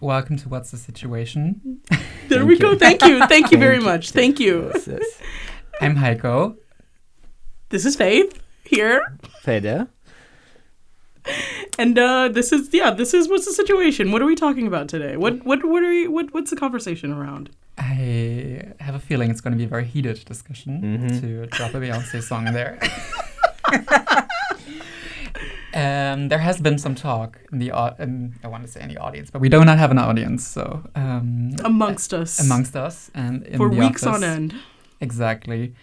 Welcome to What's the Situation? There we Thank go. you. Thank you. Thank you very Thank you. much. Thank you. Yes, yes. I'm Heiko. This is Faith here. Fede. And uh this is yeah, this is what's the situation? What are we talking about today? What what what are we what what's the conversation around? I have a feeling it's going to be a very heated discussion Mhm. to drop a Beyonce song there. um, there has been some talk in the au- um, I want to say in the audience, but we do not have an audience, so um, Amongst us. amongst us and in for the weeks office, on end. exactly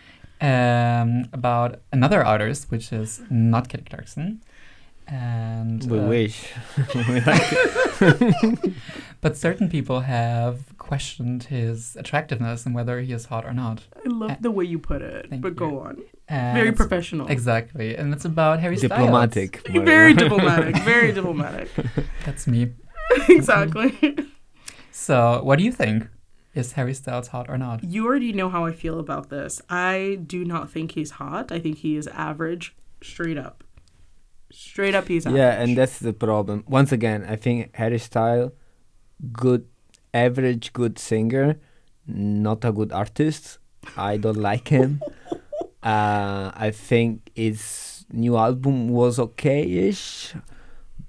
um, about another artist, which is not Kelly Clarkson. And We uh, wish. We like it. But certain people have questioned his attractiveness and whether he is hot or not. I love the way you put it. Eh, Thank but you. go on. And Very it's- professional. Exactly, and it's about Harry Styles. diplomatic. Maria. Very diplomatic. Very diplomatic. That's me. exactly. So, what do you think? Is Harry Styles hot or not? You already know how I feel about this. I do not think he's hot. I think he is average straight up. Straight up he's average. Yeah, and that's the problem. Once again, I think Harry Style, good, average, good singer, not a good artist. I don't like him. uh, I think his new album was okay-ish,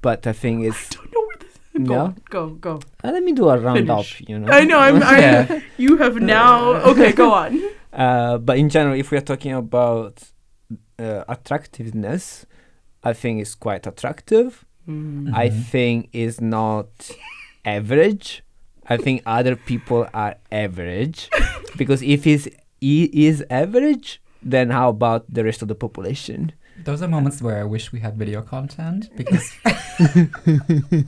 but I think it's. don't know where this No? go. on, Go, go. Uh, let me do a roundup. Finish. You know. I know. I'm. I, Yeah. You have now. Okay, go on. Uh, but in general, if we are talking about uh, attractiveness, I think it's quite attractive. Mm, I Mhm. think it's not average. I think other people are average because if he's, he is average, then how about the rest of the population? Those are moments where I wish we had video content because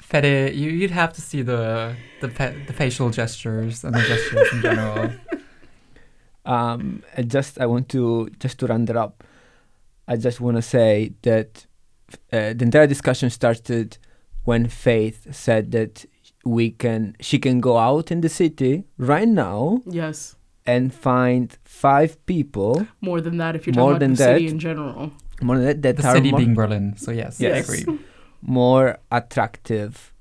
Fede, you, you'd have to see the the, fa- the facial gestures and the gestures in general. Um, I just I want to just to round it up. I just want to say that uh, the entire discussion started when Faith said that we can she can go out in the city right now Yes. and find five people More than that, if you're More talking about than the city that. in general. more than that, that The are city more, being Berlin, so yes, I Yes. agree. more attractive,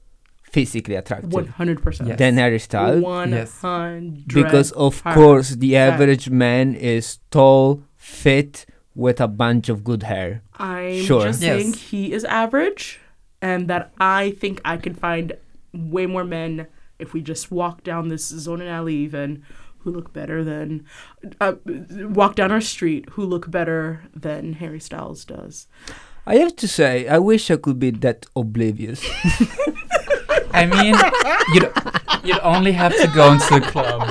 physically attractive One hundred percent. Yes. than Harry Styles One hundred. because of Hundred course the percent. average man is tall, fit, with a bunch of good hair. I'm Sure. just Yes. saying he is average, and that I think I can find way more men if we just walk down this zone and alley even who look better than uh, walk down our street who look better than Harry Styles does. I have to say, I wish I could be that oblivious. I mean, you'd, you'd only have to go into a club.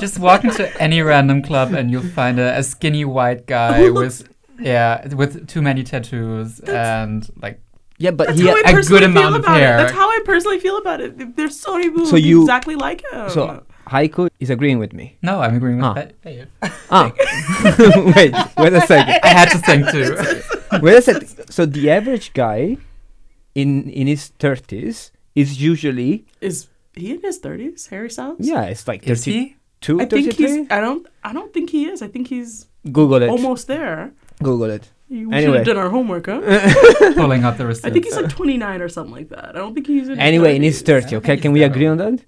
Just walk into any random club and you'll find a, a skinny white guy with yeah with too many tattoos and like yeah, but That's he. how I a personally good feel amount of about hair. it. That's how I personally feel about it. There's so many people So who look you- exactly like him. So Heiko is agreeing with me. no I'm agreeing with Huh. that. Babe. Ah, wait, wait a second. I had to think too. Wait a second. So the average guy, in in his thirties, is usually is he in his thirties, Harry Styles? yeah, it's like Is he? 32, 33. I think he's. I don't. I don't think he is. I think he's Google it. almost there. Google it. We should Anyway. have done our homework, huh? Pulling out the I receipts. think he's like 29 or something like that. I don't think he's in his Anyway, in his 30s. thirty. Okay, He's can we there. agree on that?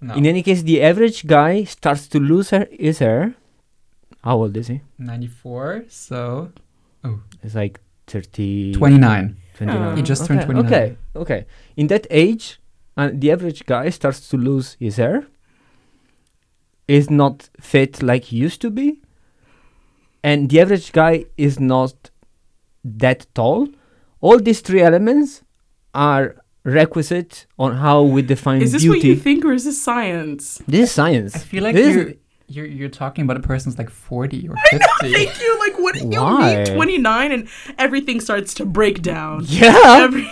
no, In any case, the average guy starts to lose her, his hair. How old is he? 94 so It's like thirty. 29. 29. He just okay. turned 29. Okay, okay. In that age, uh, the average guy starts to lose his hair, is not fit like he used to be, and the average guy is not that tall. All these three elements are requisite on how we define Is this beauty. what you think or is this science? This is science. I feel like This is- you're, you're you're talking about a person who's like 40 or 50. Thank you. Like, what do you mean Why? 29 and everything starts to break down? yeah, Every,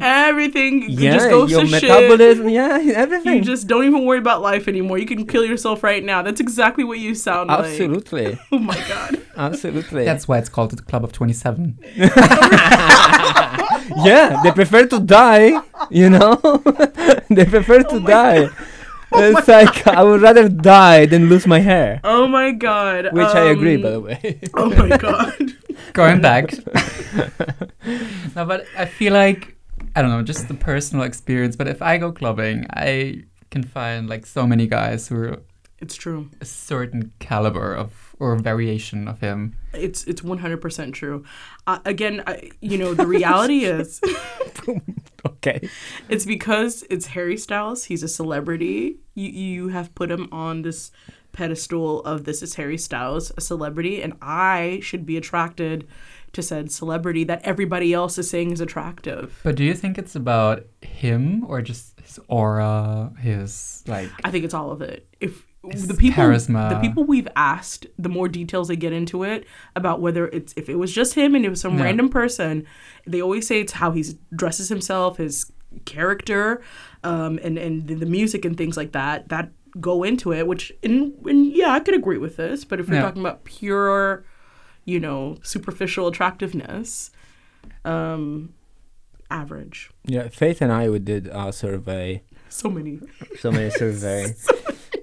everything yeah. just goes your to shit. metabolism, yeah, everything. You just don't even worry about life anymore. You can kill yourself right now. That's exactly what you sound like. absolutely, Oh my god. absolutely. That's why it's called the Club of 27. yeah, they prefer to die, you know? they prefer to die. it's like, I would rather die than lose my hair. Oh my god. Which I agree, by Um, the way. Oh my god. going back. no, but I feel like I don't know, just the personal experience. But if I go clubbing, I can find like so many guys who are It's true. a certain caliber of or variation of him. It's it's 100% true. Uh, again, I, you know, the reality is okay. it's because it's Harry Styles. He's a celebrity. You you have put him on this pedestal of this is Harry Styles, a celebrity, and I should be attracted to said celebrity that everybody else is saying is attractive. But do you think it's about him or just his aura, his like? I think it's all of it. If It's the people, charisma. the people we've asked, the more details they get into it about whether it's if it was just him and it was some Yeah. random person, they always say it's how he dresses himself, his character, um, and and the, the music and things like that that go into it. Which and, and yeah, I could agree with this. But if we're Yeah. talking about pure, you know, superficial attractiveness, um, average. Yeah, Faith and I we did a survey, So many. so many survey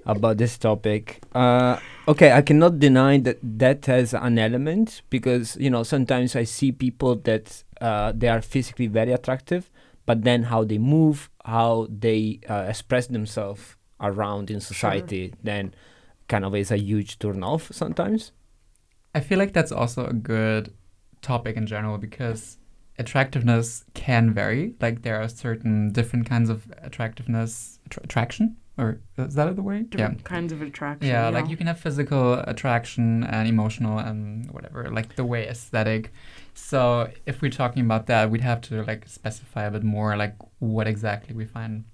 about this topic. Uh, okay, I cannot deny that that has an element because you know sometimes I see people that uh, they are physically very attractive, but then how they move, how they uh, express themselves around in society, then kind of is a huge turn off sometimes. I feel like that's also a good topic in general because attractiveness can vary. Like there are certain different kinds of attractiveness, attra- attraction, or is that the word? Yeah. Different kinds of attraction. Yeah, like you can have physical attraction and emotional and whatever, like the way aesthetic. So if we're talking about that, we'd have to like specify a bit more, like what exactly we find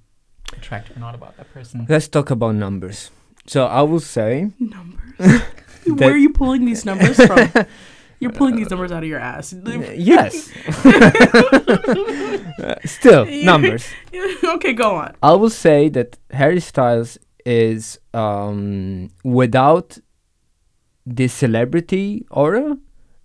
attractive or not about that person. Let's talk about numbers. So I will say numbers. That- Where are you pulling these numbers from? You're pulling these numbers out of your ass. N- yes. Uh, Still, numbers. okay, go on. I will say that Harry Styles is um, without the celebrity aura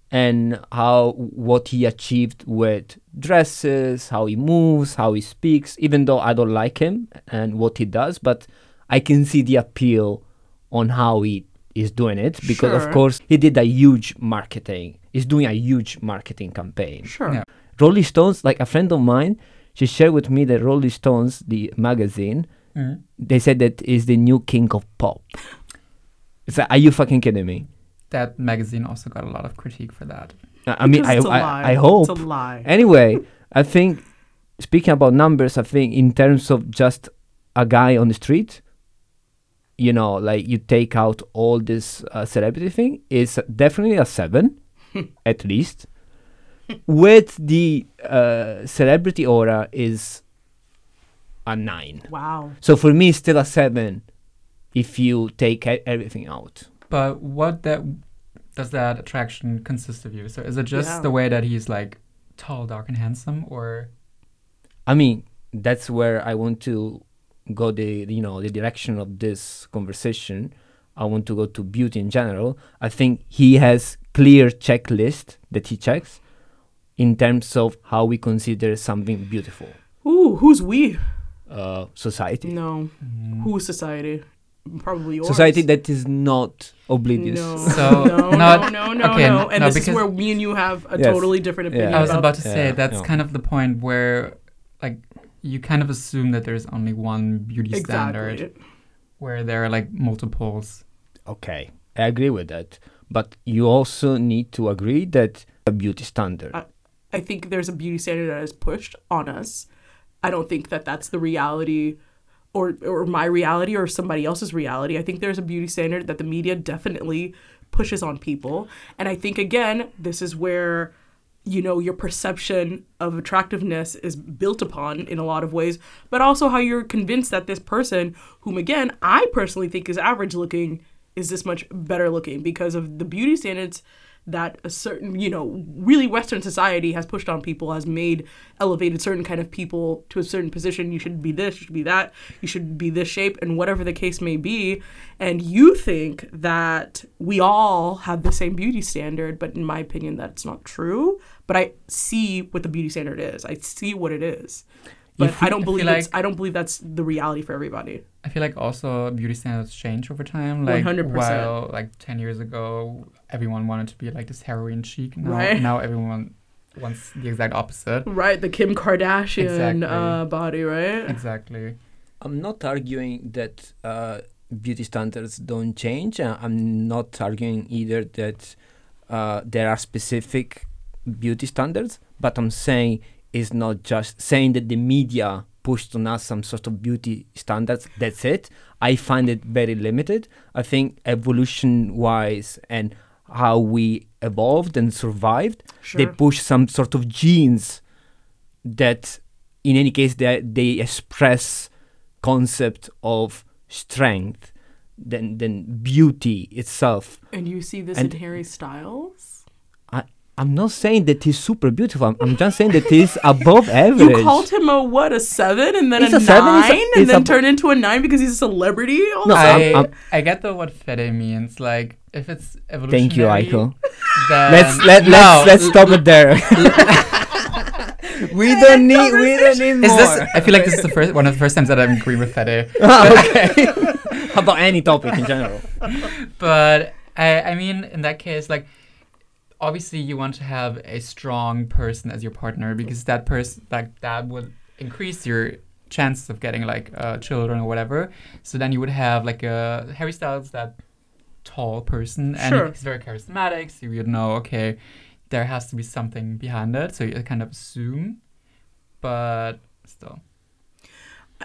and how what he achieved with dresses, how he moves, how he speaks, even though I don't like him and what he does, but I can see the appeal on how he is doing it because Sure. of course he did a huge marketing. He's doing a huge marketing campaign. Sure. Yeah. Rolling Stones, like a friend of mine, she shared with me that Rolling Stones, the magazine, Mm. they said that is the new king of pop. It's like, are you fucking kidding me? That magazine also got a lot of critique for that. I I mean, Because I, it's a I, lie. I hope. It's a lie. Anyway, I think, speaking about numbers, I think in terms of just a guy on the street, you know, like you take out all this uh, celebrity thing, it's definitely a seven, at least. With the uh, celebrity aura is a nine. wow. So for me, it's still a seven if you take e- everything out. But what that does that attraction consist of you? So is it just Yeah. the way that he's like tall, dark, and handsome, or I mean, that's where I want to go the you know the direction of this conversation. I want to go to beauty in general. I think he has clear checklist that he checks in terms of how we consider something beautiful. Ooh, who's we? Uh, society, No. Who's society? Probably yours. Mm. society that is not oblivious. No, So, no, not- no, no, no, okay, no. And no, this is because- where me and you have a Yes. totally different opinion. Yeah. I was about, about to say Yeah, that's no. kind of the point where like you kind of assume that there's only one beauty standard exactly. where there are like multiples. Okay, I agree with that, but you also need to agree that a beauty standard. I- I think there's a beauty standard that is pushed on us. I don't think that that's the reality or or my reality or somebody else's reality. I think there's a beauty standard that the media definitely pushes on people. And I think again, this is where you know your perception of attractiveness is built upon in a lot of ways, but also how you're convinced that this person, whom again I personally think is average looking, is this much better looking because of the beauty standards that a certain you know really western society has pushed on people has made elevated certain kind of people to a certain position you should be this you should be that you should be this shape and whatever the case may be and you think that we all have the same beauty standard but in my opinion that's not true but i see what the beauty standard is i see what it is But feel- I don't I feel believe it's, like- I don't believe that's the reality for everybody. I feel like also beauty standards change over time. Like 100%. while like ten years ago, everyone wanted to be like this heroin chic. Now, Right. now everyone wants the exact opposite. Right, the Kim Kardashian Exactly. uh, body, right? Exactly. I'm not arguing that uh, beauty standards don't change. Uh, I'm not arguing either that uh, there are specific beauty standards, but I'm saying it's not just saying that the media pushed on us some sort of beauty standards. That's it. I find it very limited. I think evolution wise and how we evolved and survived Sure. they push some sort of genes that in any case they, they express concept of strength then then beauty itself and you see this and- in Harry Styles? I, i'm not saying that he's super beautiful i'm, I'm just saying that he's above average You called him a what, a seven and then He's a, a seven, nine he's a- and he's then a- turned into a nine because he's a celebrity? No, I'm- I, I'm- I get though what fete means. Like if it's evolutionary. thank you Aiko. Then let's let, Um, no. let's let's stop it there we don't need we don't need Is more Ah, this? I feel like this is the first one of the first times that I'm agreeing with fete. okay about any topic in general But I, I mean, in that case, like, obviously you want to have a strong person as your partner because that person, like, that would increase your chances of getting like uh, children or whatever. So then you would have like a Harry Styles, that tall person, and Sure. he's very charismatic. So you'd know, okay, there has to be something behind it. So you kind of assume, but still,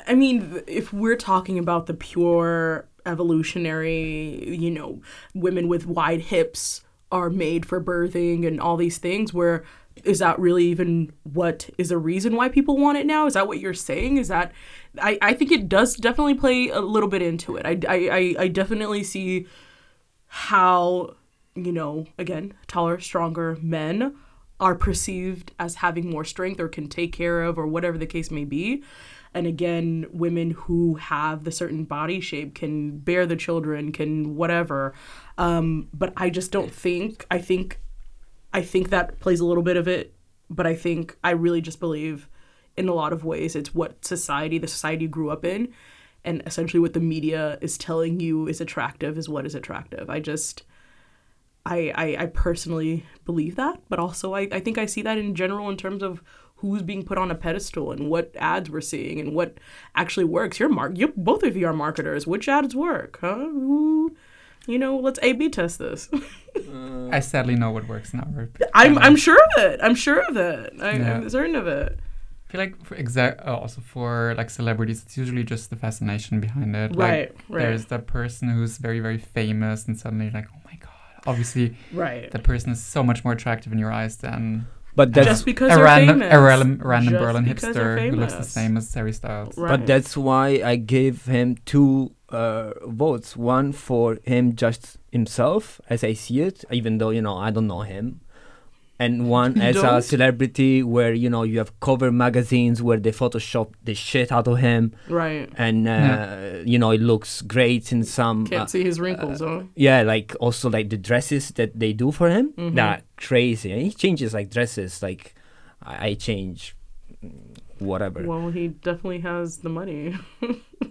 I mean, th- if we're talking about the pure evolutionary, you know, women with wide hips are made for birthing and all these things, where is that really even what is a reason why people want it now? Is that what you're saying? Is that I, I think it does definitely play a little bit into it. I, I, I, I definitely see how, you know, again, taller, stronger men are perceived as having more strength or can take care of or whatever the case may be. And again, women who have the certain body shape can bear the children, can whatever. Um, but I just don't think, I think, I think that plays a little bit of it. But I think, I really just believe in a lot of ways it's what society, the society you grew up in and essentially what the media is telling you is attractive is what is attractive. I just I I, I personally believe that, but also I, I think I see that in general in terms of who's being put on a pedestal and what ads we're seeing and what actually works. You're mark you both of you are marketers. Which ads work? Huh? Who- you know, let's A B test this. I sadly know what works in our. I'm I'm sure of it. I'm sure of it. I, Um, Yeah. I'm certain of it. I feel like for exa- uh, also for like celebrities, it's usually just the fascination behind it. Like, Right, right, There's the person who's very very famous, and suddenly you're like, oh my god. Obviously, right. that person is so much more attractive in your eyes than but that's Just because a they're random, famous. a random, random Just Berlin because they're hipster who looks the famous. same as Harry Styles. Right. But that's why I gave him two uh, votes. One for him just himself, as I see it, even though you know I don't know him, and one You as a don't? celebrity where you know you have cover magazines where they Photoshop the shit out of him, Right. and uh, you know it looks great in some. Can't uh, see his wrinkles, huh? yeah, like also like the dresses that they do for him Mhm. that are crazy. And he changes like dresses, like I, I change mm, whatever. Well, he definitely has the money.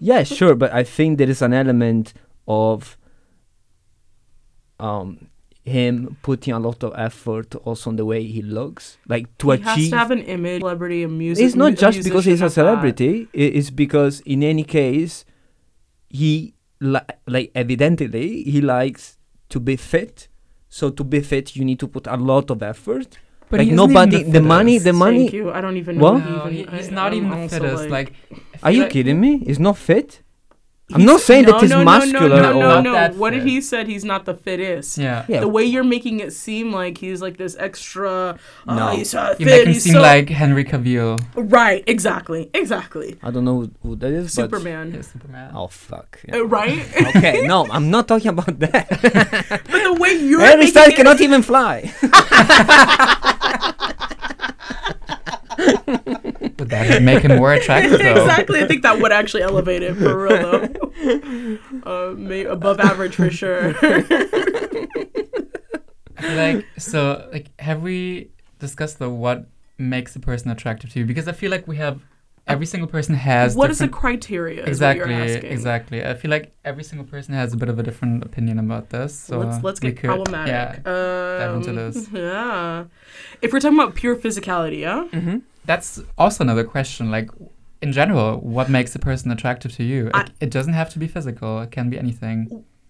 yeah, sure, but I think there is an element of um, him putting a lot of effort also on the way he looks, like to he has achieve. to have an image, celebrity, and music. it's not just because he's a celebrity. i- It's because in any case, he li- like evidently he likes to be fit. So to be fit, you need to put a lot of effort. But like he isn't even nobody, the, the money, the fittest. Thank money. you. I don't even What? know. if No, he- even, he's I- not I'm even the also fittest. Like, I Are feel you like- kidding me? He's not fit. I'm He's- not saying no, that he's no, no, muscular No, no, or- no, Not no. that What did fit. he said? He's not the fittest. Yeah. Yeah. The way you're making it seem like he's like this extra. No. No. he's so You fit. make him he's seem so... like Henry Cavill. Right. Exactly. Exactly. I don't know who that is. but- Superman. Yeah, Superman. Oh fuck. yeah. Uh, right. okay, no, I'm not talking about that. but the way you're Harry making Styles it- cannot even fly. But that would make him more attractive, though. exactly. I think that would actually elevate it for real, though. Uh, may- above average for sure. I feel like so like have we discussed though what makes a person attractive to you because i feel like we have every single person has what is the different- criteria? is what you're exactly asking. exactly i feel like every single person has a bit of a different opinion about this so let's let's we get could- yeah problematic. um, into this. Yeah. If we're talking about pure physicality, yeah. Mm-hmm. that's also another question like in general what makes a person attractive to you I- it, it doesn't have to be physical it can be anything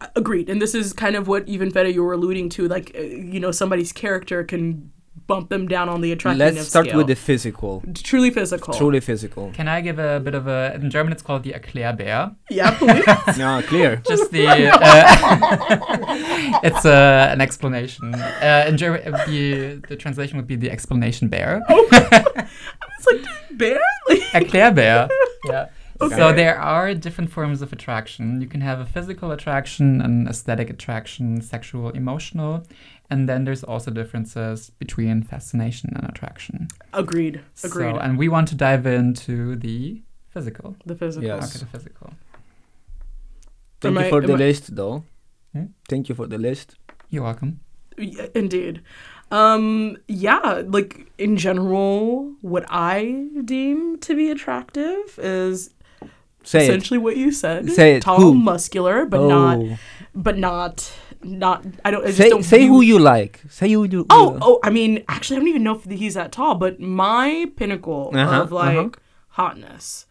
A- Agreed. And this is kind of what even Feta you were alluding to. Like, uh, you know, somebody's character can bump them down on the attractiveness Let's start scale. with the physical. truly physical. Truly physical. can i give a bit of a in german it's called the erklärbär Yeah. please. no, clear. just the uh, it's uh, an explanation uh, in german the the translation would be the explanation bear Oh. Bear. Erklärbär. yeah. So Okay. there are different forms of attraction. You can have a physical attraction, an aesthetic attraction, sexual, emotional, and then there's also differences between fascination and attraction. Agreed. Agreed. So, uh, and we want to dive into the physical. the physical. Yes. Okay, the physical. Thank Am you I- for the am I- list, though. Hmm? Thank you for the list. You're welcome. Y- Indeed. Um, yeah, like in general, what I deem to be attractive is Say it. essentially what you said. Say it. Tall, Who? muscular, but oh. not, but not, not. I don't. I just say don't say who you like. Say who you. Oh, oh. I mean, actually, I don't even know if he's that tall. But my pinnacle Uh-huh, of like uh-huh. hotness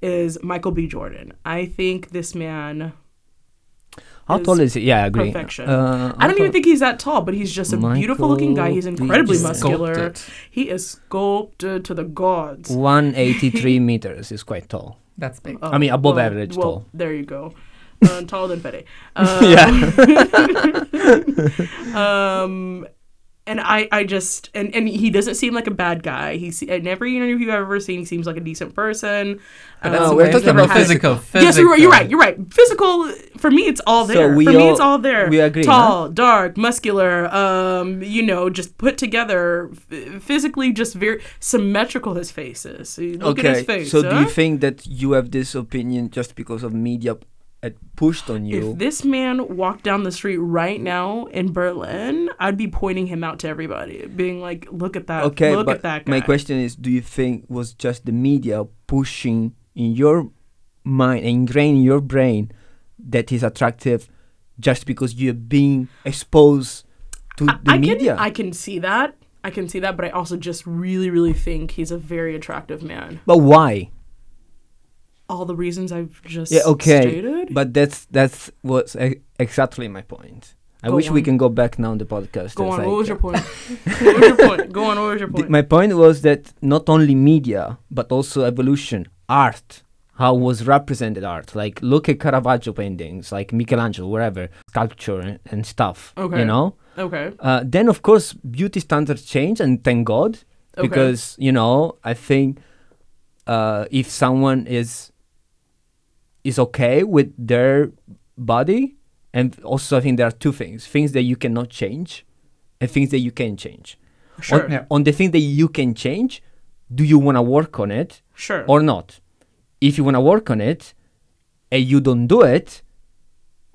is Michael B. Jordan. I think this man. How tall is he? Yeah, I agree. Perfection. I Uh, how don't tall- even think he's that tall, but he's just a beautiful looking guy. Michael He's B. incredibly Jordan. muscular. Sculpted. He is sculpted to the gods. 183 meters is quite tall. That's big. Oh, I mean, above average well, tall. There you go. Uh, taller than Fede. Uh, um, and I, I just, and, and he doesn't seem like a bad guy. He's in every interview you've ever seen, he seems like a decent person. But Um, that's Uh, the we're way talking from about physical. physical. Yes, you're right. You're right. You're right. Physical for me, it's all So there. we for me, it's all- all there. we agree, Tall, dark, muscular. Um, you know, just put together, f- physically, just very symmetrical. His face is. Look at his face. so do huh? you think that you have this opinion just because of media p- had pushed on you? If this man walked down the street right now in Berlin, I'd be pointing him out to everybody, being like, "Look at that! okay, look but at that guy!" my question is, do you think was just the media pushing in your mind, ingrained in your brain, that he's attractive, just because you're being exposed to I, the I media? can I can see that. I can see that, but I also just really, really think he's a very attractive man. but why? All the reasons I've just Yeah, okay, stated. But that's that's what's e- exactly my point. I Go wish we on. can go back now in the podcast. Go It's on. like, what was your uh, point? what was your point? Go on. What was your Th- point? my point was that not only media but also evolution art how was represented art like look at caravaggio paintings like michelangelo wherever sculpture and, and stuff Okay. you know okay. uh, then of course beauty standards change and thank god Okay. because you know i think uh, if someone is is okay with their body and also i think there are two things things that you cannot change and things that you can change Sure. on, on the thing that you can change, do you want to work on it Sure. or not? If you want to work on it and you don't do it,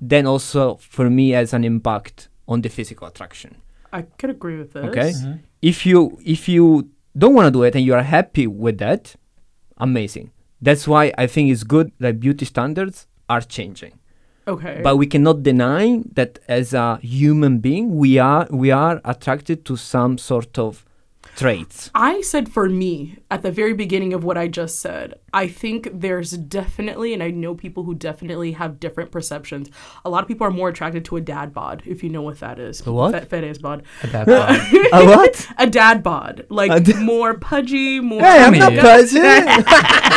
then also for me has an impact on the physical attraction. I could agree with this. Okay. If you if you don't want to do it and you are happy with that, amazing. That's why I think it's good that beauty standards are changing. Okay. But we cannot deny that as a human being, we are we are attracted to some sort of traits. I said for me at the very beginning of what I just said, I think there's definitely, and I know people who definitely have different perceptions. A lot of people are more attracted to a dad bod, if you know what that is. A what? Fede's bod. But that's all. a what? A dad bod. Like A da- more pudgy, more. Hey, I'm Tell not me. cousin.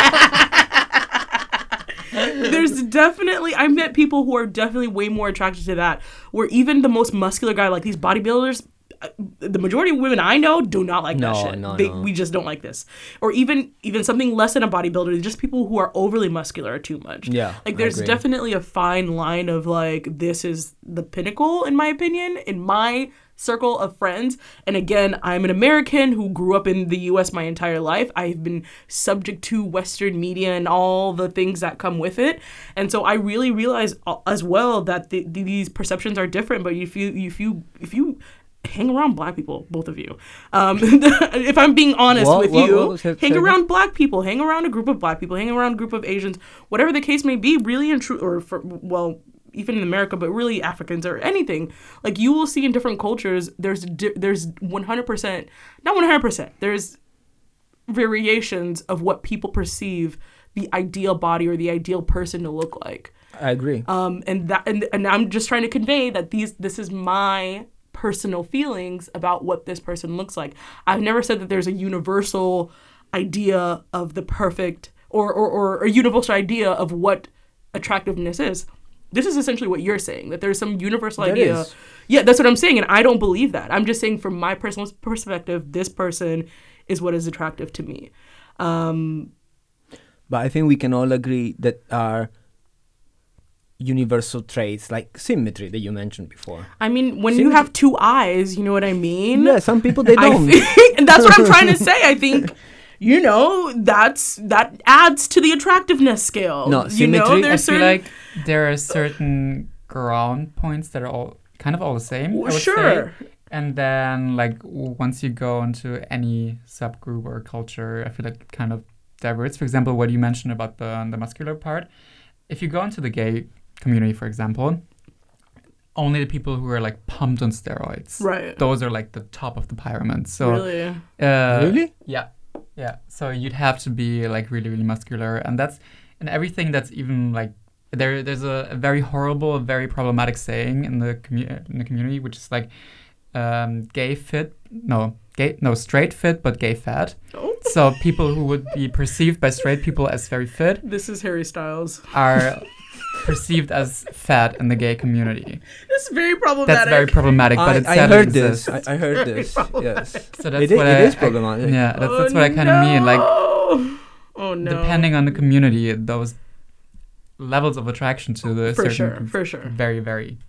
There's definitely, I met people who are definitely way more attracted to that, where even the most muscular guy, like these bodybuilders, uh, the majority of women I know do not like that No, shit. no, they, no. We just don't like this. Or even even something less than a bodybuilder, just people who are overly muscular or too much. Yeah, Like I there's agree. definitely a fine line of like this is the pinnacle in my opinion in my circle of friends. And again, I'm an American who grew up in the US my entire life. I've been subject to western media and all the things that come with it. And so I uh, really realize a- as well that the, the- these perceptions are different, but if you if you if you hang around black people, both of you. Um, if I'm being honest What- with what- you, what was that hang statement? around black people, hang around a group of black people, hang around a group of Asians, whatever the case may be, really and true, or for, well, even in America, but really Africans or anything. Like you will see in different cultures, there's di- there's 100%, not 100%, there's variations of what people perceive the ideal body or the ideal person to look like I agree. um, and that and, and I'm just trying to convey that these this is my personal feelings about what this person looks like. I've never said that there's a universal idea of the perfect or or, or a universal idea of what attractiveness is. This is essentially what you're saying that there's some universal There idea. is. Yeah, that's what I'm saying, and I don't believe that. I'm just saying from my personal perspective, this person is what is attractive to me. Um, But I think we can all agree that are universal traits like symmetry that you mentioned before. I mean, when you have two eyes, you know what I mean. Yeah, some people they I don't. think- and that's what I'm trying to say. I think, you know, that's that adds to the attractiveness scale. No, you know, symmetry, I feel there's certain. like there are certain ground points that are all kind of all the same. I would say. sure. And then, like, w- once you go into any subgroup or culture, I feel like it kind of diverts. For example, what you mentioned about the, the muscular part. If you go into the gay community, for example, only the people who are like pumped on steroids. Right. Those are like the top of the pyramid. So, really. uh, really? yeah. Yeah. So you'd have to be like really, really muscular. And that's, and everything that's even like, there, there's a, a very horrible, very problematic saying in the, commu- in the community, which is like, um, gay fit, no, gay, no, straight fit, but gay fat. Oh. So people who would be perceived by straight people as very fit This is Harry Styles. are perceived as fat in the gay community. This is very problematic. That's very problematic, but I, it's I sadly heard exists. this. I, I heard this. Yes. So It that's is, what it I, is I- problematic. yeah, that's, that's Oh, what I kind of mean. Like, no. Oh no. depending on the community, those levels of attraction to the For certain Mm. sure. com- For sure. very very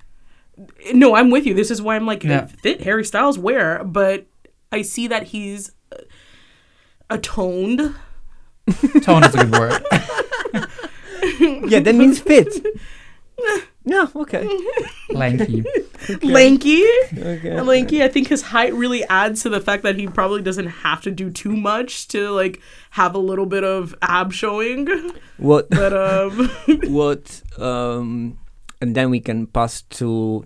No, I'm with you. This is why I'm like Yeah. fit Harry Styles wear, but I see that he's uh, atoned. tone is a good word. yeah, that means fit. no, okay. Lanky. Lanky. okay. And Lanky, I think his height really adds to the fact that he probably doesn't have to do too much to like have a little bit of ab showing. What? But um What? Um, and then we can pass to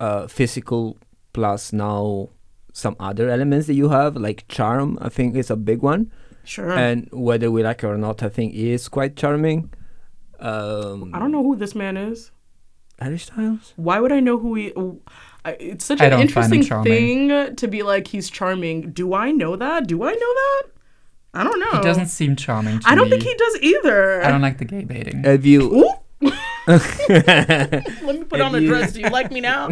uh, physical plus now some other elements that you have, like charm. I think is a big one, sure. and whether we like it or not, I think he is quite charming. Um, I don't know who this man is. Harry Styles. Why would I know who he I, it's such I an don't find him interesting charming. thing to be like he's charming. Do I know that? Do I know that? I don't know. He doesn't seem charming to Oh. I don't me. think he does either. I don't like the gay baiting. Have you Ooh. Let me put on Have a you- dress. Do you like me now?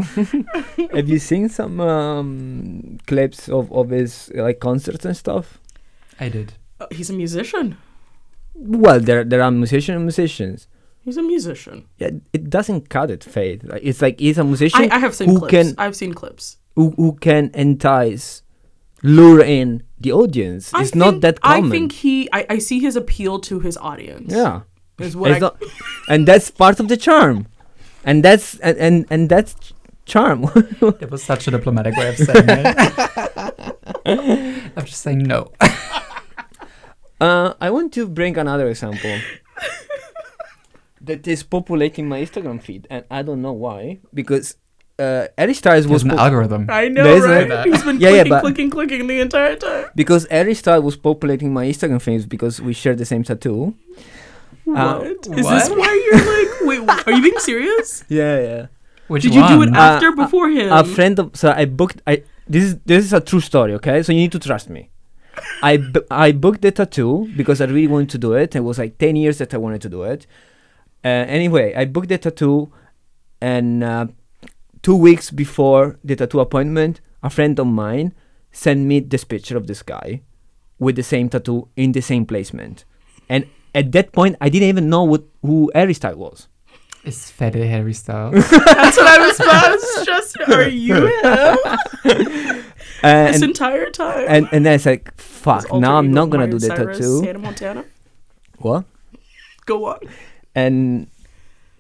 have you seen some um, clips of of his like concerts and stuff? I did. Uh, he's a musician. Well, there there are musicians and musicians. He's a musician. Yeah, it doesn't cut it, Faith. Like, it's like he's a musician I, I have seen who clips. can I've seen clips. who, who can entice, lure in the audience. I It's not think- that common. I think he. I, I see his appeal to his audience. yeah, is And what it's I, not, and that's part of the charm, and that's and and, and that's ch- charm. It was such a diplomatic way of saying it. I'm just saying no. uh, I want to bring another example that is populating my Instagram feed, and I don't know why because uh, Harry Styles It was was an po- algorithm. I know, There's right? a- He's been Yeah, yeah, clicking, but- clicking, clicking the entire time. because Harry Styles was populating my Instagram feed because we share the same tattoo. Uh, What? Is this what? why you're like, wait, are you being serious? Yeah, yeah. Which Did you do it one? Uh, after, uh, before him? a friend of so I booked I this is this is a true story, okay? So you need to trust me. I bu- I booked the tattoo because I really wanted to do it. It was like ten years that I wanted to do it. Uh, anyway, I booked the tattoo, and uh, two weeks before the tattoo appointment, a friend of mine sent me this picture of this guy with the same tattoo in the same placement. And at that point, I didn't even know what who Harry Styles was. Is Fede Harry Styles? That's what I was, I was just, are you him Uh, this and, entire time? and and then it's like, His fuck. alter Now I'm ego, not gonna Miley do the Cyrus, tattoo. Hannah Montana. What? Go on. and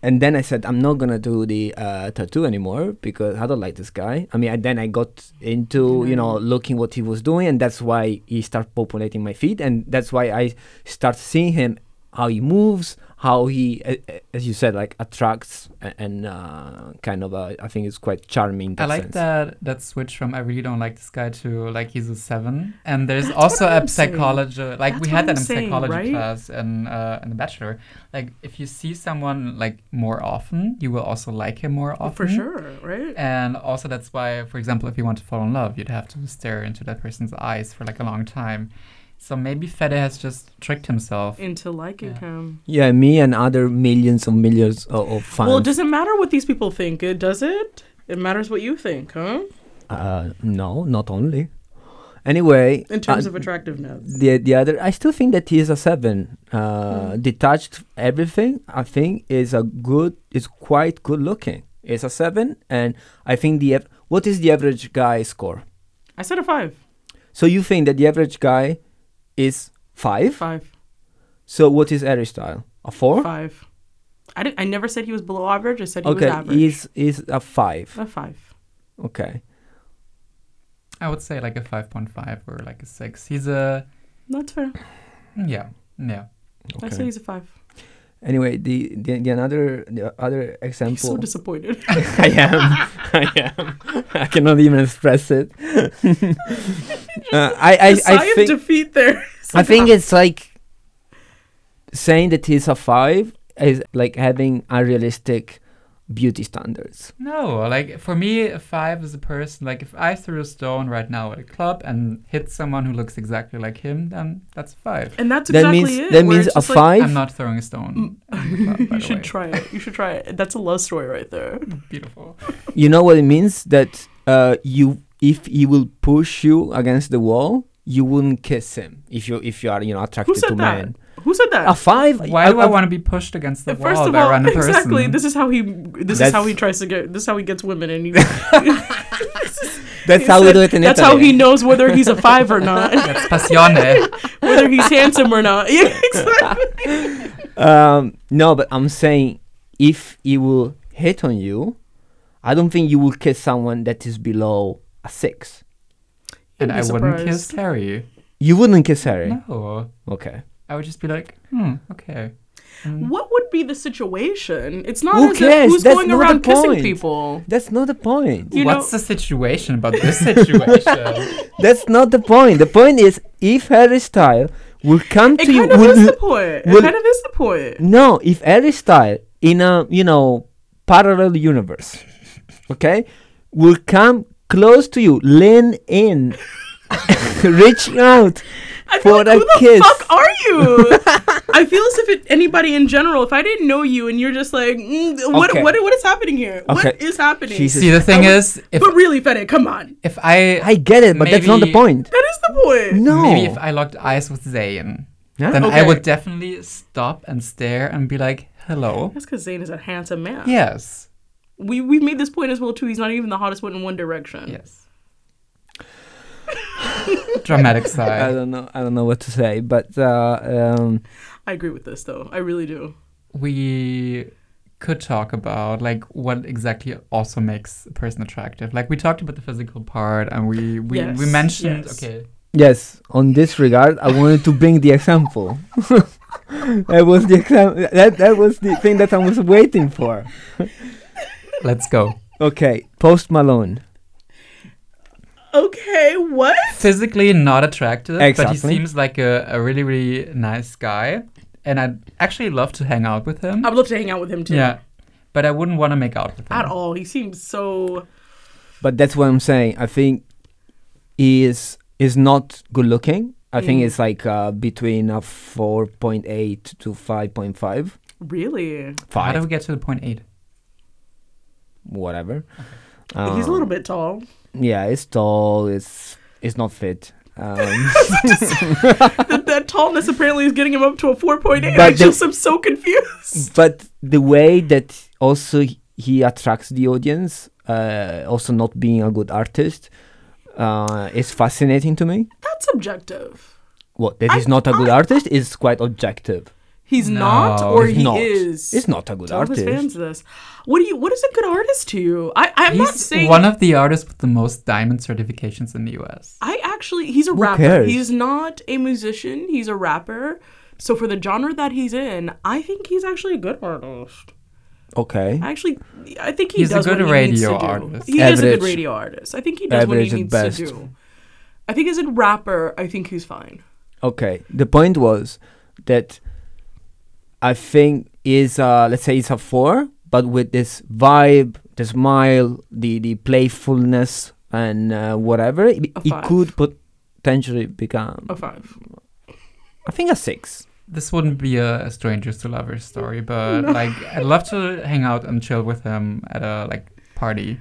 And then I said, I'm not gonna do the uh, tattoo anymore because I don't like this guy. I mean, I, then I got into you know looking what he was doing, and that's why he started populating my feed, and that's why I start seeing him, how he moves, how he, a- a- as you said, like attracts a- and uh, kind of. uh, I think it's quite charming. in I that like sense. that that switch from I really don't like this guy to like he's a seven. And there's also what a I'm saying. psychology like That's we what had that I'm in saying, psychology right? class and uh, in the bachelor. Like if you see someone like more often, you will also like him more often. Oh, for sure, right? And also that's why, for example, if you want to fall in love, you'd have to stare into that person's eyes for like a long time. So maybe Fede has just tricked himself. Into liking Yeah. him. Yeah, me and other millions of millions of, of fans. Well, it doesn't matter what these people think, it does it? It matters what you think, huh? uh, no, not only. Anyway, In terms uh, of attractiveness. the the other i still think that he is a seven uh Mm. detached everything i think is a good is quite good looking it's a seven and i think the av- what is the average guy score I said a five. so you think that the average guy is five Five. so what is Aristotle? a four Five. I, didn't, I never said he was below average. I said he was okay average. is is a five a five. okay I would say like a 5.5 or like a 6. He's a That's fair. yeah, yeah. I Okay. said he's a five. anyway the the, the another the other example He's so disappointed. i am i am i cannot even express it Uh, I, I, the sigh I of think defeat there. I think it's like saying that he's a five is like having unrealistic beauty standards. No, like for me, a five is a person. Like if I threw a stone right now at a club and hit someone who looks exactly like him, then that's a five. and that's that exactly means it. that where means it's a just like- five. I'm not throwing a stone. in the club, by Mm. you the should way. try it. You should try it. That's a love story right there. Beautiful. you know what it means that uh, you if he will push you against the wall, you wouldn't kiss him if you if you are you know attracted said to that? men. Who said that? A five. Why do I, want to be pushed against the Uh, First wall of by a all, random person? exactly. This is how he. This is That's- how he tries to get. This is how he gets women, and he, That's he how we said- do it in that's Italy. how he knows whether he's a five or not, That's passione. whether he's handsome or not. Yeah, exactly. Um, no, but I'm saying if he will hit on you, I don't think you will kiss someone that is below a six. and You'd I be wouldn't kiss surprised. Carrie. You wouldn't kiss Harry. No. Okay. I would just be like, hmm, okay. Mm. What would be the situation? It's not Who as if cares? who's That's going not the around kissing point. people. That's not the point. You What's know- the situation about this situation? That's not the point. The point is if Harry Style will come It to you. kind of will- is the point. It will- kind of is the point. no, if Harry Style in a you know parallel universe, okay, will come close to you, lean in, reach out I feel for like, who a kiss. the fuck are you? I feel as if it, anybody in general, if I didn't know you and you're just like, mm, what, Okay. what, what is happening here? Okay. What is happening? She's- See, the thing I would- is, if but really, Fede, come on. if I, I get it, but that's not the Maybe- point. That is the point. No. maybe if I locked eyes with Zayn, Yeah? then I Okay. would definitely stop and stare and be like, hello. That's because Zayn is a handsome man. Yes. We, we've made this point as well, too. He's not even the hottest one in One Direction. Yes. Dramatic I side. don't know. I don't know what to say, but uh, um, I agree with this, though. I really do. We could talk about like what exactly also makes a person attractive. Like we talked about the physical part and we we, we Yes, mentioned yes. okay. yes, on this regard, I wanted to bring the example. that was the exam- that that was the thing that I was waiting for. Let's go. Okay, Post Malone. Okay, what? Physically not attractive, but he Exactly. seems like a, a really, really nice guy. And I'd actually love to hang out with him. I'd love to hang out with him, too. Yeah. But I wouldn't want to make out with him. At all. He seems so. But that's what I'm saying. I think he is is not good looking. I think Mm. it's like uh, between a 4.8 to 5.5, 5, Really? How do we get to the point eight? whatever. He's a little Um, bit tall. Yeah, it's tall. It's it's not fit. Um, that, that tallness apparently is getting him up to a 4.8. I But the- just am so confused. but the way that also he- he attracts the audience, uh, also not being a good artist, uh, is fascinating to me. That's subjective. What that I- he's not a good I- artist is quite objective. He's not, No, or he's he not. is. He's not a good Tell artist. his fans this. What do you? What is a good artist to you? I, I'm not He's saying. one of the artists with the most diamond certifications in the U.S. I actually, he's a Who rapper. cares? He's not a musician. He's a rapper. So for the genre that he's in, I think he's actually a good artist. Okay. I actually, I think he He's a does good what he needs to radio do. artist. He is a good Average. radio artist. I think he does Average what at he needs best. to do. I think as a rapper, I think he's fine. Okay. The point was that I think is uh let's say it's a four, but with this vibe, the smile, the the playfulness and uh, whatever, it, A it five. could potentially become. A five. I think a six. This wouldn't be a, a strangers to lovers story, but like I'd love to hang out and chill with him at a like party.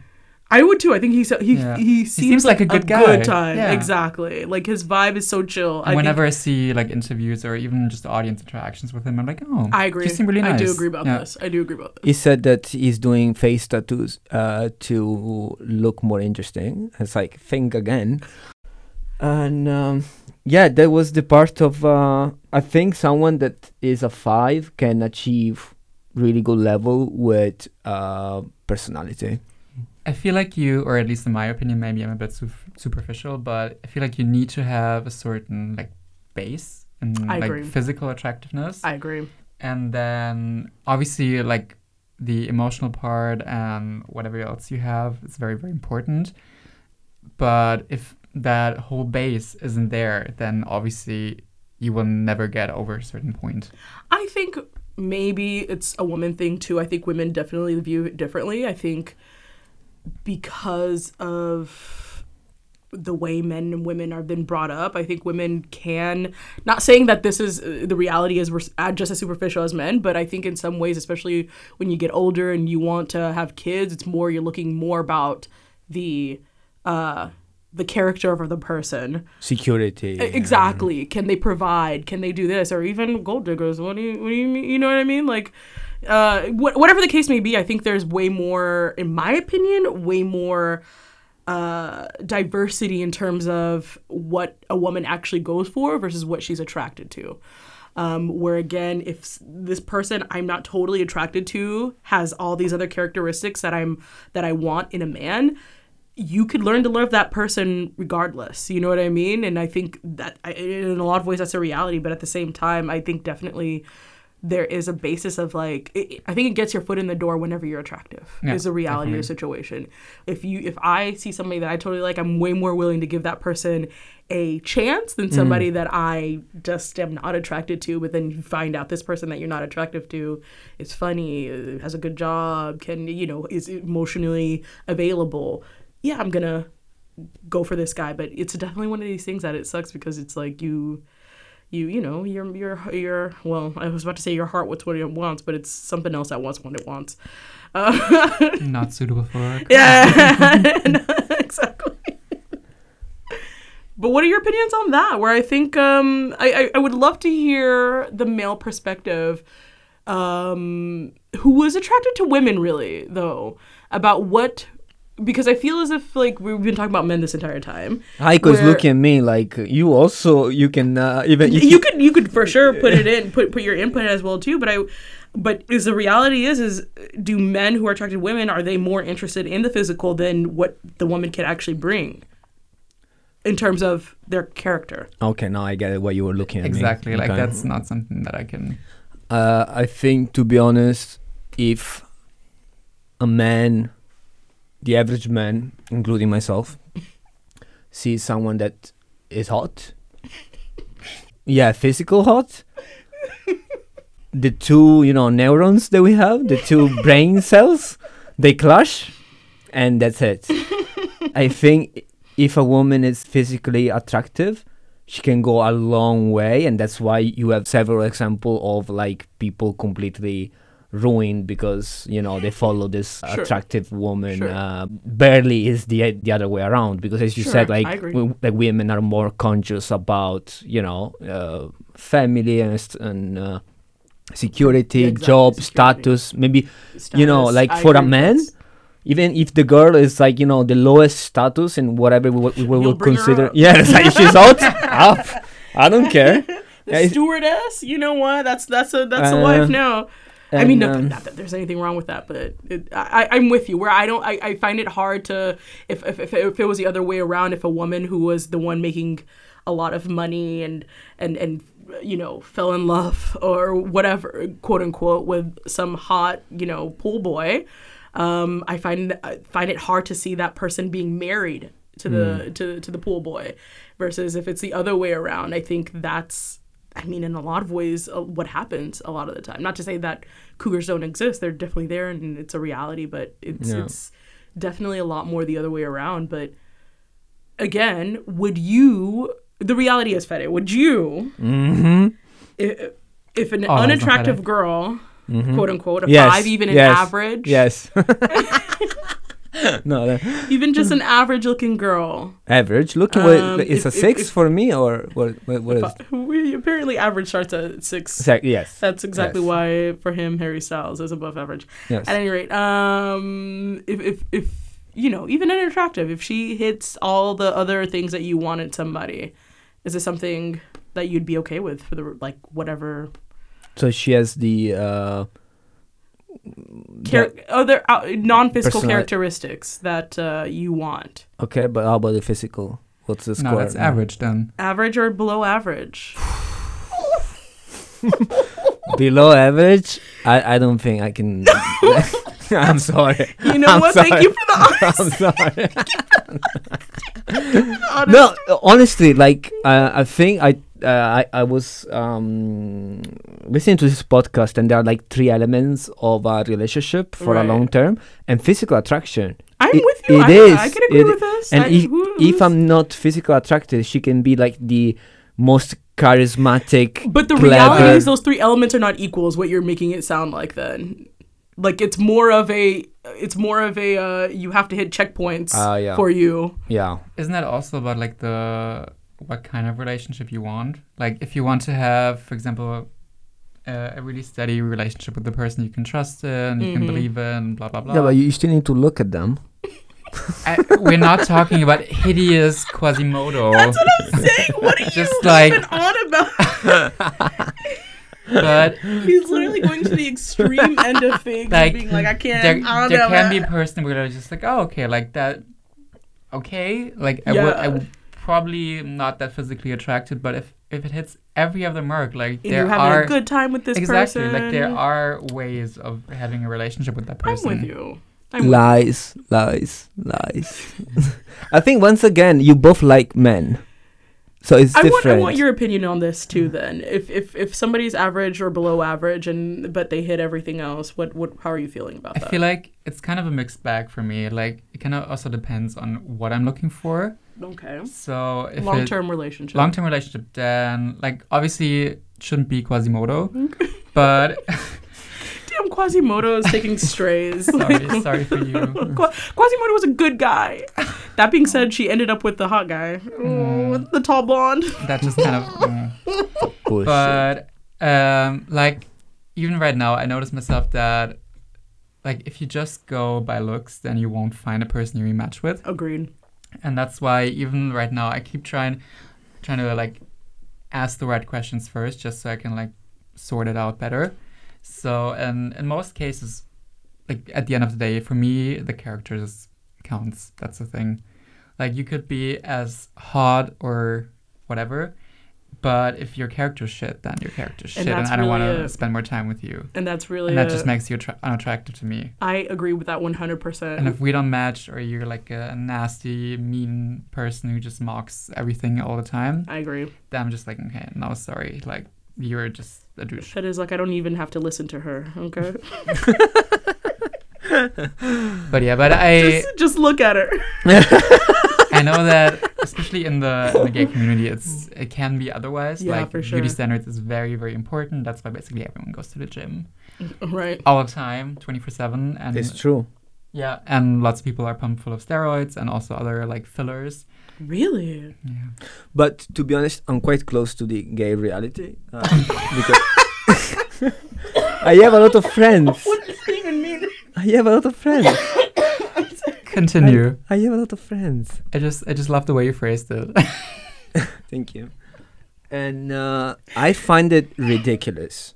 I would too. I think he's he Yeah. he seems, like a good guy. Good time. Yeah. Exactly. Like his vibe is so chill. And I think whenever I see like interviews or even just audience interactions with him, I'm like, oh, I agree. You seem really nice. I do agree about Yeah. this. I do agree about this. He said that he's doing face tattoos uh, to look more interesting. It's like think again, and um, yeah, that was the part of uh, I think someone that is a five can achieve really good level with uh, personality. I feel like you, or at least in my opinion, maybe I'm a bit su- superficial, but I feel like you need to have a certain like base and I like agree. physical attractiveness, I agree. and then obviously like the emotional part and whatever else you have is very very important. But if that whole base isn't there, then obviously you will never get over a certain point. I think maybe it's a woman thing too. I think women definitely view it differently. I think because of the way men and women are been brought up, I think women can not saying that this is uh, the reality is we're s- uh, just as superficial as men, but I think in some ways, especially when you get older and you want to have kids, it's more you're looking more about the uh, the character of the person. Security. E- Exactly. Can they provide? Can they do this? Or even gold diggers? What do you what do you mean? You know what I mean? Like, uh, wh- whatever the case may be, I think there's way more, in my opinion, way more uh diversity in terms of what a woman actually goes for versus what she's attracted to um where again if s- this person i'm not totally attracted to has all these other characteristics that i'm that i want in a man you could learn to love that person regardless. You know what I mean? And I think that I- in a lot of ways that's a reality, but at the same time, I think definitely there is a basis of like it, I think it gets your foot in the door whenever you're attractive. Yeah, is the reality of the situation. If you if I see somebody that I totally like, I'm way more willing to give that person a chance than somebody that I just am not attracted to. But then you find out this person that you're not attractive to is funny, uh, has a good job, can you know is emotionally available yeah, I'm gonna go for this guy. But it's definitely one of these things that it sucks because it's like you, you, you know, your your your. Well, I was about to say your heart wants what it wants, but it's something else that wants what it wants. Uh, Not suitable for work. yeah, No, exactly. But what are your opinions on that? Where I think um, I, I I would love to hear the male perspective, um, who was attracted to women really though about what because I feel as if like we've been talking about men this entire time. Heiko is Where- looking at me like you also you can uh, even if you could you could for sure put it in put put your input as well too but i but is the reality is is do men who are attracted to women are they more interested in the physical than what the woman can actually bring in terms of their character Okay, now I get it. What you were looking at me. Exactly. Like Okay. that's not something that I can. Uh, I think, to be honest, if a man, the average man, including myself, sees someone that is hot, yeah, physical hot, the two, you know, neurons that we have, the two brain cells, they clash, and that's it. I think if a woman is physically attractive, she can go a long way and that's why you have several example of like people completely ruined because you know they follow this Sure. attractive woman Sure. uh, barely is the the other way around because as you Sure, said I like agree. w- like women are more conscious about you know uh, family and, st- and uh, security Exactly, job security. status maybe You know, Status, like I for a agree with man, this. even if the girl is like you know the lowest status and whatever we, we, we You'll will bring her consider up. yeah it's like she's out up Ah, i don't care The Yeah, it's- stewardess, you know what? That's that's a that's a wife Uh, now. I mean, And, not, that, um, not that there's anything wrong with that, but it, I, I- I'm with you. Where I don't, I, I find it hard to if, if if if it was the other way around, if a woman who was the one making a lot of money and and and you know fell in love or whatever, quote unquote, with some hot you know pool boy, um, I find I find it hard to see that person being married to the Hmm. to to the pool boy, versus if it's the other way around. I think that's I mean, in a lot of ways, uh, what happens a lot of the time. Not to say that cougars don't exist; they're definitely there, and it's a reality. But it's Yeah. it's definitely a lot more the other way around. But again, would you? The reality is, Fede, would you? Mm-hmm. If, if an Oh, that's not unattractive Fede. girl, quote unquote, a Mm-hmm. Yes, five, even an yes, average, Yes. no, the even just an average-looking girl, average. Looking, what- Um, it's if- a if- six if- for me, or what? What, what is? Fi- we, apparently average starts at six. Sec- yes. That's exactly Yes. why for him Harry Styles is above average. Yes. At any rate, um, if, if if you know, even unattractive, if she hits all the other things that you wanted somebody, is it something that you'd be okay with for the like whatever So she has the. Uh, char- other uh, non-physical Personali- characteristics that uh, you want? that- okay, but how about the physical? What's the score? No, that's average then. Average or below average? Below average, I, I don't think I can. I'm sorry. You know I'm what? Thank sorry. you for the I'm sorry. honest. no, honestly, like uh, I think I uh, I I was um, listening to this podcast, and there are like three elements of a relationship for Right. a long term, and physical attraction. I'm it- with you. it I, I is, can agree it- with this. and I- if- who- If who's- I'm not physical attracted, she can be like the most charismatic. But the clever- reality is, those three elements are not equal. Is what you're making it sound like. Then, like it's more of a, it's more of a. Uh, you have to hit checkpoints Ah, yeah. for you. Yeah. Isn't that also about like the what kind of relationship you want? Like if you want to have, for example, a, a really steady relationship with the person you can trust in, you Mhm. can believe in, blah blah blah. Yeah, but you still need to look at them. I, we're not talking about hideous Quasimodo. That's what I'm saying. What are Oh. Just you like- even on about? but He's literally going to the extreme end of things, Like, being like, I can't. there, I don't there know can be a about- person where they're just like, oh, okay, like that. Okay, like I would, I Yeah. would probably not that physically attracted, but if if it hits every other mark, like And there you're having are a good time with this exactly person. like there are ways of having a relationship with that I'm person. with you. I'm with Lies, lies, lies. I think once again, you both like men, so it's I want, I different. want your opinion on this too. Then, if, if if somebody's average or below average, and but they hit everything else, what what how are you feeling about I that? feel like it's kind of a mixed bag for me. Like it kind of also depends on what I'm looking for. okay, So if long it, term relationship. long term relationship, then like obviously it shouldn't be Quasimodo, but Damn, Quasimodo is taking strays. sorry, sorry for you. Qua- Quasimodo was a good guy. That being said, she ended up with the hot guy, Mm. oh, the tall blonde. That just kind of. mm. Bullshit. but um, like even right now i notice myself that like if you just go by looks then you won't find a person you match with Agreed. and that's why even right now i keep trying trying to like ask the right questions first just so i can like sort it out better so and in most cases like at the end of the day for me the characters counts that's the thing like you could be as hot or whatever but if your character's shit then your character's And shit and that's i don't want really to it. spend more time with you And that's really. and that uh, just makes you attra- unattractive to me I agree with that one hundred and if percent. we don't match, or you're like a nasty, mean person who just mocks everything all the time, I agree. then I'm just like, okay, no, sorry, like you're just a douche. That is like I don't even have to listen to her. Okay, But yeah, but I just, just look at her. I know that especially in the, in the gay community, it's it can be otherwise. Yeah, like for beauty sure. standards is very very important. That's why basically everyone goes to the gym right. all the time, twenty four seven, and it's true. yeah, and lots of people are pumped full of steroids and also other like fillers. Really. Yeah. But to be honest, I'm quite close to the gay reality uh, because I have a lot of friends. What does that even mean? I have a lot of friends. Continue. I have a lot of friends. I just I just love the way you phrased it. Thank you. and uh, I find it ridiculous.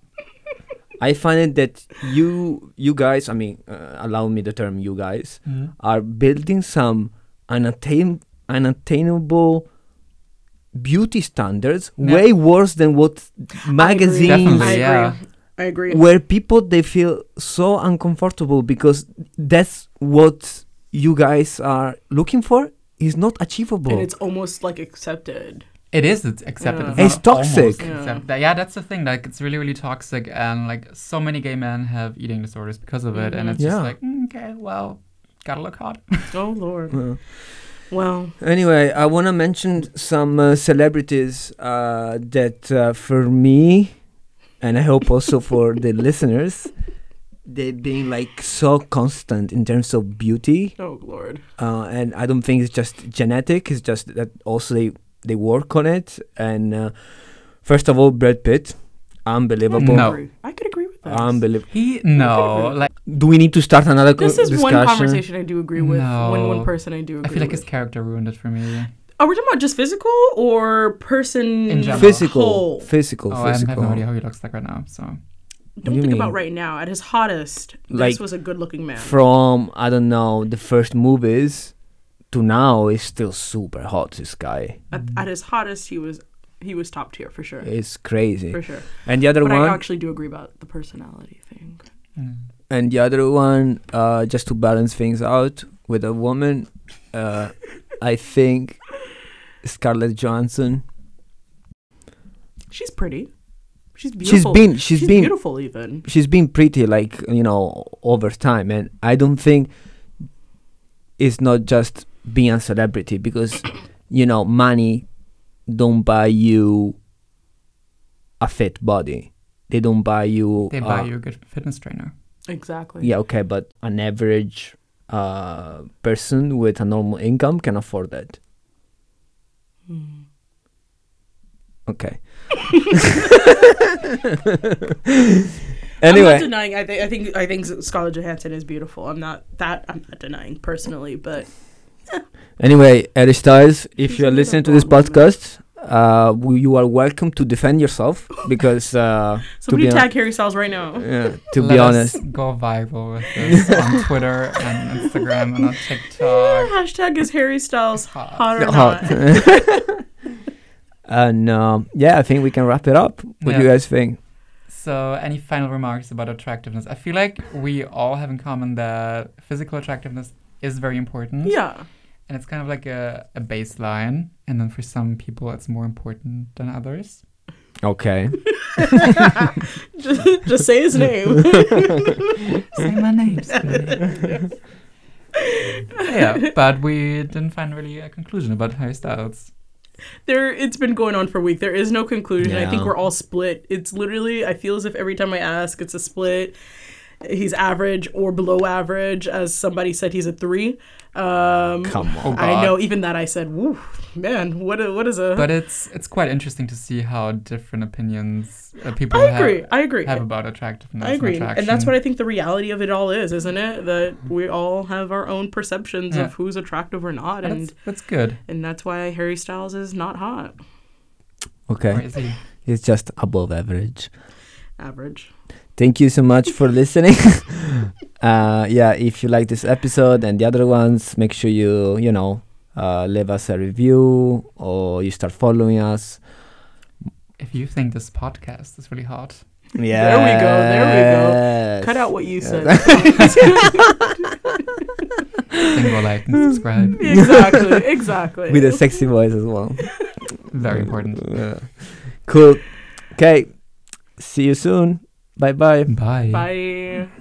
I find it that you you guys, I mean, uh, allow me the term, you guys Hmm? are building some unattain unattainable beauty standards Yeah. way worse than what magazines Definitely, I yeah. agree. I agree. where people they feel so uncomfortable because that's what you guys are looking for is not achievable. and it's almost like accepted. It is it's accepted. Yeah. not It's toxic. almost Yeah. accept- that- Yeah. that's the thing. Like, it's really, really toxic, and like so many gay men have eating disorders because of it. And Mhm. it's just Yeah. like, "Mm, okay, well, gotta look hot. Oh lord. Uh, Well, Anyway, I want to mention some uh, celebrities uh, that uh, for me, and I hope also for the listeners, they've been like so constant in terms of beauty. oh lord. Uh, and I don't think it's just genetic, it's just that also they, they work on it. And uh, first of all, Brad Pitt, unbelievable. No. agree. I could agree with that. Unbelievable. He no, like Do we need to start another co- this is discussion? one conversation I do agree with. One one No. person I do I agree feel like with. his character ruined it for me. Are we talking about just physical or person In general. Physical, whole? physical, Oh, I have physical. no idea how he looks like right now. So Don't you think mean? about right now. At his hottest, Like, this was a good looking man. from I don't know the first movies to now is still super hot. This guy at, at his hottest, he was he was top tier for sure. is crazy. For sure. And the other But one, I actually do agree about the personality thing. mm. and the other one, uh, just to balance things out with a woman, uh, I think Scarlett Johansson. She's pretty. She's beautiful. She's been, she's She's been, beautiful even. she's been pretty like you know over time, and I don't think it's not just being a celebrity because you know money don't buy you a fit body. They don't buy you. they buy uh, you a good fitness trainer. Exactly. Yeah, okay, but an average uh, person with a normal income can afford that. Hmm. Okay. I'm not anyway, denying. I, th- I think I think Scarlett Johansson is beautiful. I'm not that. I'm not denying personally, but anyway, Harry Styles, if She's you are listening to this beautiful, woman. podcast, uh, w- you are welcome to defend yourself because uh, somebody be hon- Uh, tag Harry Styles right now. yeah, to Let be us honest, go viral with this on Twitter and Instagram and on TikTok. Hashtag is Harry Styles Hot. hot or not? hot. Uh-huh. and um, yeah, I think we can wrap it up. What do Yeah. you guys think? So, any final remarks about attractiveness? I feel like we all have in common that physical attractiveness is very important. Yeah. And it's kind of like a, a baseline. And then for some people, it's more important than others. Okay. just, just say his name. Say my name. say my name. yeah, but we didn't find really a conclusion about Harry Styles. there, it's been going on for a week. There is no conclusion. I think Yeah. we're all split. It's literally. I feel as if every time I ask, it's a split. He's average or below average, as somebody said. He's a three. Um, Come Oh, on. I God. know. Even that, I said, "Woo, man, what a what is a." But it's it's quite interesting to see how different opinions uh, people I agree. have, I agree. have about attractiveness. I agree. And, attraction. And that's what I think the reality of it all is, isn't it? That we all have our own perceptions Yeah. of who's attractive or not, and That's, that's good. and that's why Harry Styles is not hot. Or Okay. is he? It's just above average. Average. Thank you so much for listening. uh, yeah, if you like this episode and the other ones, make sure you, you know, uh, leave us a review or you start following us. If you think this podcast is really hot, Yeah. go, there we go. Cut out what you said. then go like and subscribe. exactly. Exactly. With a sexy voice as well. Very important. Yeah. Cool. Okay. See you soon. Bye bye. Bye. Bye.